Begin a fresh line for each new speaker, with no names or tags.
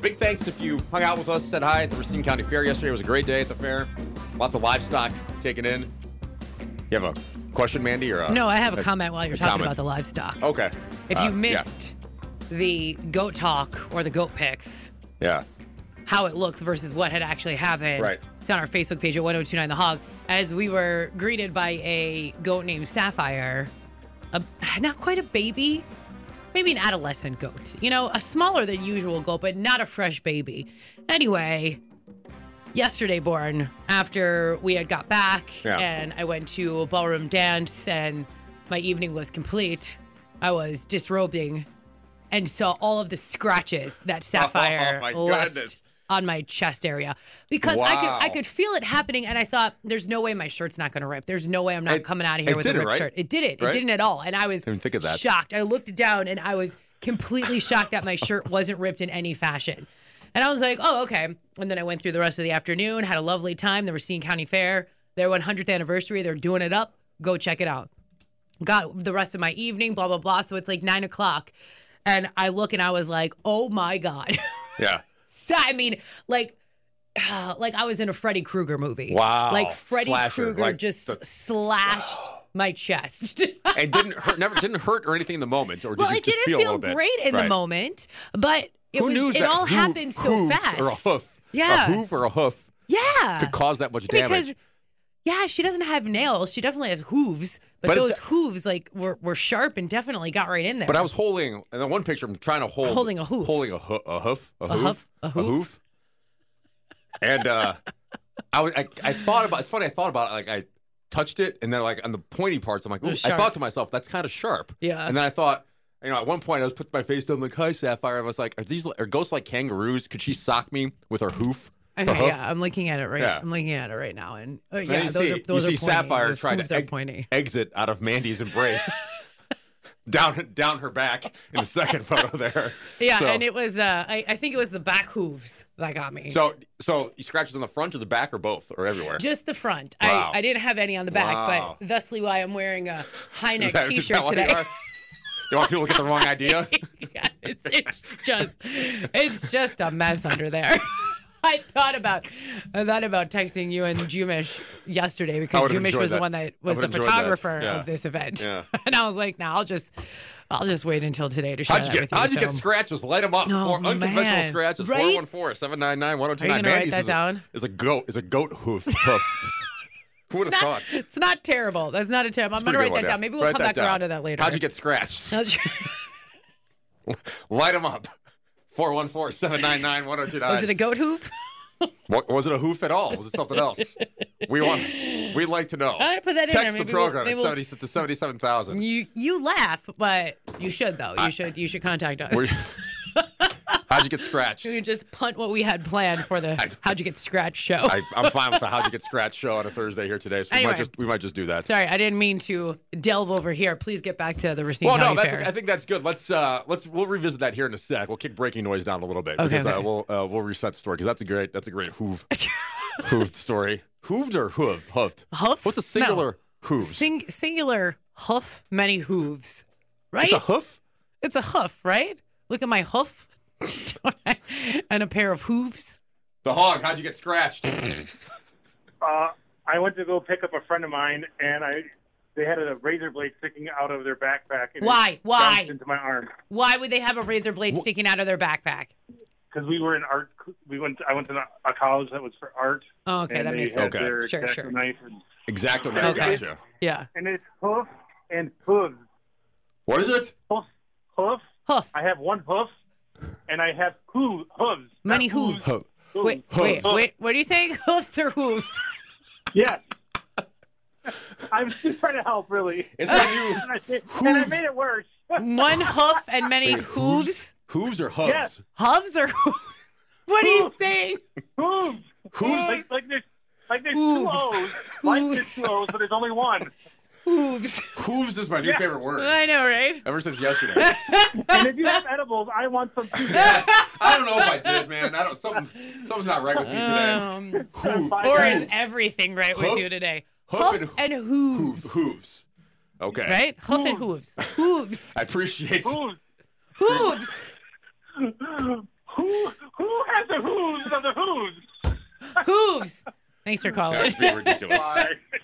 big thanks if you hung out with us, said hi at the Racine County Fair yesterday. It was a great day at the fair. Lots of livestock taken in. You have a question, Mandy, or a,
No, I have a
that's-
comment while you're
a
talking
comment.
about the livestock.
Okay.
If
Uh, yeah.
you missed the goat talk or the goat pics,
yeah.
how it looks versus what had actually happened.
Right.
It's on our Facebook page at 1029 The Hog. As we were greeted by a goat named Sapphire, a, not quite a baby, maybe an adolescent goat. You know, a smaller than usual goat, but not a fresh baby. Anyway, yesterday born, after we had got back
Yeah.
and I went to a ballroom dance and my evening was complete, I was disrobing and saw all of the scratches that Sapphire
Oh, my
left
goodness.
on my chest area because I
Wow.
could I could feel it happening, and I thought, "There's no way my shirt's not going to rip. There's no way I'm not
It-
coming out of here
it
with a
didn't,
ripped
right?
shirt." It didn't.
Right?
It didn't at all, and I was
Didn't think of that.
shocked. I looked down, and I was completely shocked that my shirt wasn't ripped in any fashion. And I was like, "Oh, okay." And then I went through the rest of the afternoon, had a lovely time. The Racine County Fair, their 100th anniversary, they're doing it up. Go check it out got the rest of my evening, blah, blah, blah. So it's like nine o'clock. And I look and I was like, oh my God.
Yeah.
So, I mean, like, like I was in a Freddy Krueger movie.
Wow.
Like Freddy
Slasher,
Krueger
like
just
the-
slashed my chest.
And didn't hurt, never didn't hurt or anything in the moment, or did
well,
you
it
just feel, a
didn't
little
feel
bit?
great in the
Right.
moment, but it
Who
was
knew
it
that
all
hoo-
happened so
hooves
fast.
Or a hoof,
Yeah.
a hoof or a hoof
Yeah.
could cause that much damage.
because yeah, she doesn't have nails. She definitely has hooves, but,
But it's-
those hooves like were, were sharp and definitely got right in there.
But I was holding, and then one picture, I'm trying to hold.
Holding a hoof.
Holding a, hoo- a hoof. A, hoof,
hoof, a hoof.
And uh, I, was- I, I thought about It's funny, I thought about it. Like, I touched it, and then, like, on the pointy parts, I'm like, ooh, I
was
thought
sharp.
to myself, that's kind of sharp.
Yeah.
And then I thought, you know, at one point, I was putting my face down, like, hi, Sapphire. I was like, are these are ghosts like kangaroos? Could she sock me with her hoof? Her
Okay,
hoof?
yeah, I'm looking at it right.
Uh-huh. Yeah.
I'm looking at it right now, and uh,
And then
yeah,
you
those
see,
are those
you
are
see
pointy.
Sapphire
those
trying
hooves
to
are
eg-
pointy.
exit out of Mandy's embrace. Down, down her back in the second photo there.
Yeah,
So-
and it was uh, I, I think it was the back hooves that got me.
So, so you scratches on the front or the back or both or everywhere.
just the front.
Wow.
I, I didn't have any on the back,
Wow.
but thusly why I'm wearing a high neck
Is that- is
T-shirt
that what you
today.
are? You want people to get the wrong idea?
yeah, it's, it's just it's just a mess under there. I thought about I thought about texting you and Jumish yesterday because
would've
Jumish
enjoyed
was
that.
the one that
I
was the
would've enjoyed that.
photographer
Yeah.
of this event,
Yeah.
and I was like, "Now nah, I'll just I'll just wait until today to share
How'd you
that
get?
with you."
How'd you
so-
get scratches? Light them up.
Oh,
Or unconventional
man.
scratches.
Right?
Four one four seven nine nine one zero two nine.
Are you gonna write that down?
Is a goat. Is a goat hoof. hoof. Who would have
It's
thought?
not, it's not terrible. That's not a terrible. I'm
Pretty good
going to write
one,
that
yeah.
down. Maybe we'll
Write
come back
down.
around to that later.
How'd you get scratched?
How'd you-
Light them up. Four one four seven nine nine one zero two nine.
was it a goat hoop?
What, was it a hoof at all? Was it something else? we want. We'd like to know.
All right, put that in
Text
there. Maybe
the
we'll-
program
maybe
at
we'll
70 to seventy-seven thousand.
You you laugh, but you should though. You should you should contact us.
Were you- How'd you get scratched?
We just punt what we had planned for the
I-
How'd You Get Scratched show.
I, I'm fine with the how'd you get scratched show on a Thursday here today. So we might
Anyway.
just we might just do that.
Sorry, I didn't mean to delve over here. Please get back to the Racine
Well, no,
County
that's,
Fair.
I think that's good. Let's uh, let's we'll revisit that here in a sec. We'll kick breaking noise down a little bit
Okay,
because Uh,
okay.
we'll uh, we'll reset the story because that's a great that's a great hoov hooved story. Hooved or hooved? Hooved.
Hoofed?
What's a
No.
singular hooves?
Sing, singular hoof, many hooves. Right?
it's a hoof.
It's a hoof, right? Look at my hoof and a pair of hooves.
The hog. How'd you get scratched?
Uh, I went to go pick up a friend of mine, and I they had a razor blade sticking out of their backpack. And it
Why? Why?
bounced Into my arm
Why would they have a razor blade sticking out of their backpack?
because we were in art. We went. I went to a college that was for art.
Oh, okay,
and
that
they
makes
had
sense.
Okay.
Their
Sure,
exacto
sure.
Knife and,
Exacto. now
Okay.
Gotcha.
Yeah.
and it's hoof and hooves.
What is it?
Hoof, hoof.
Hoof.
I have one hoof, and I have hoo, hooves. not
Many hooves.
Ho-
hooves.
Wait, wait, wait. What are you saying? Hoofs or hooves?
Yes. I'm just trying to help, really.
It's when you
And I, made- and I made it worse.
One hoof and many hooves?
hooves or hooves.
Yes.
Hooves or hooves? What are you
Hoof.
saying?
Hooves.
Hooves?
Like, like there's like there's
Hooves.
two O's. Like there's two
Hooves.
O's, but there's only one.
Hooves.
Hooves is my new favorite word
I know, right?
ever since yesterday.
And if you have edibles, I want some too.
I don't know if I did, man. I don't. Something, something's not right with me today.
Um,
Hoo-
Bye,
or
guys.
is everything right
Hoof?
with you today?
Hoof
Hoof
and hoo-
and hooves,
hoo- hooves. Okay.
right? Hoof and hooves. Hooves.
I appreciate.
Hooves.
Hooves.
Hooves. Who who has the who's of the who's?
Hooves. Thanks for calling.
That would be ridiculous.
Bye.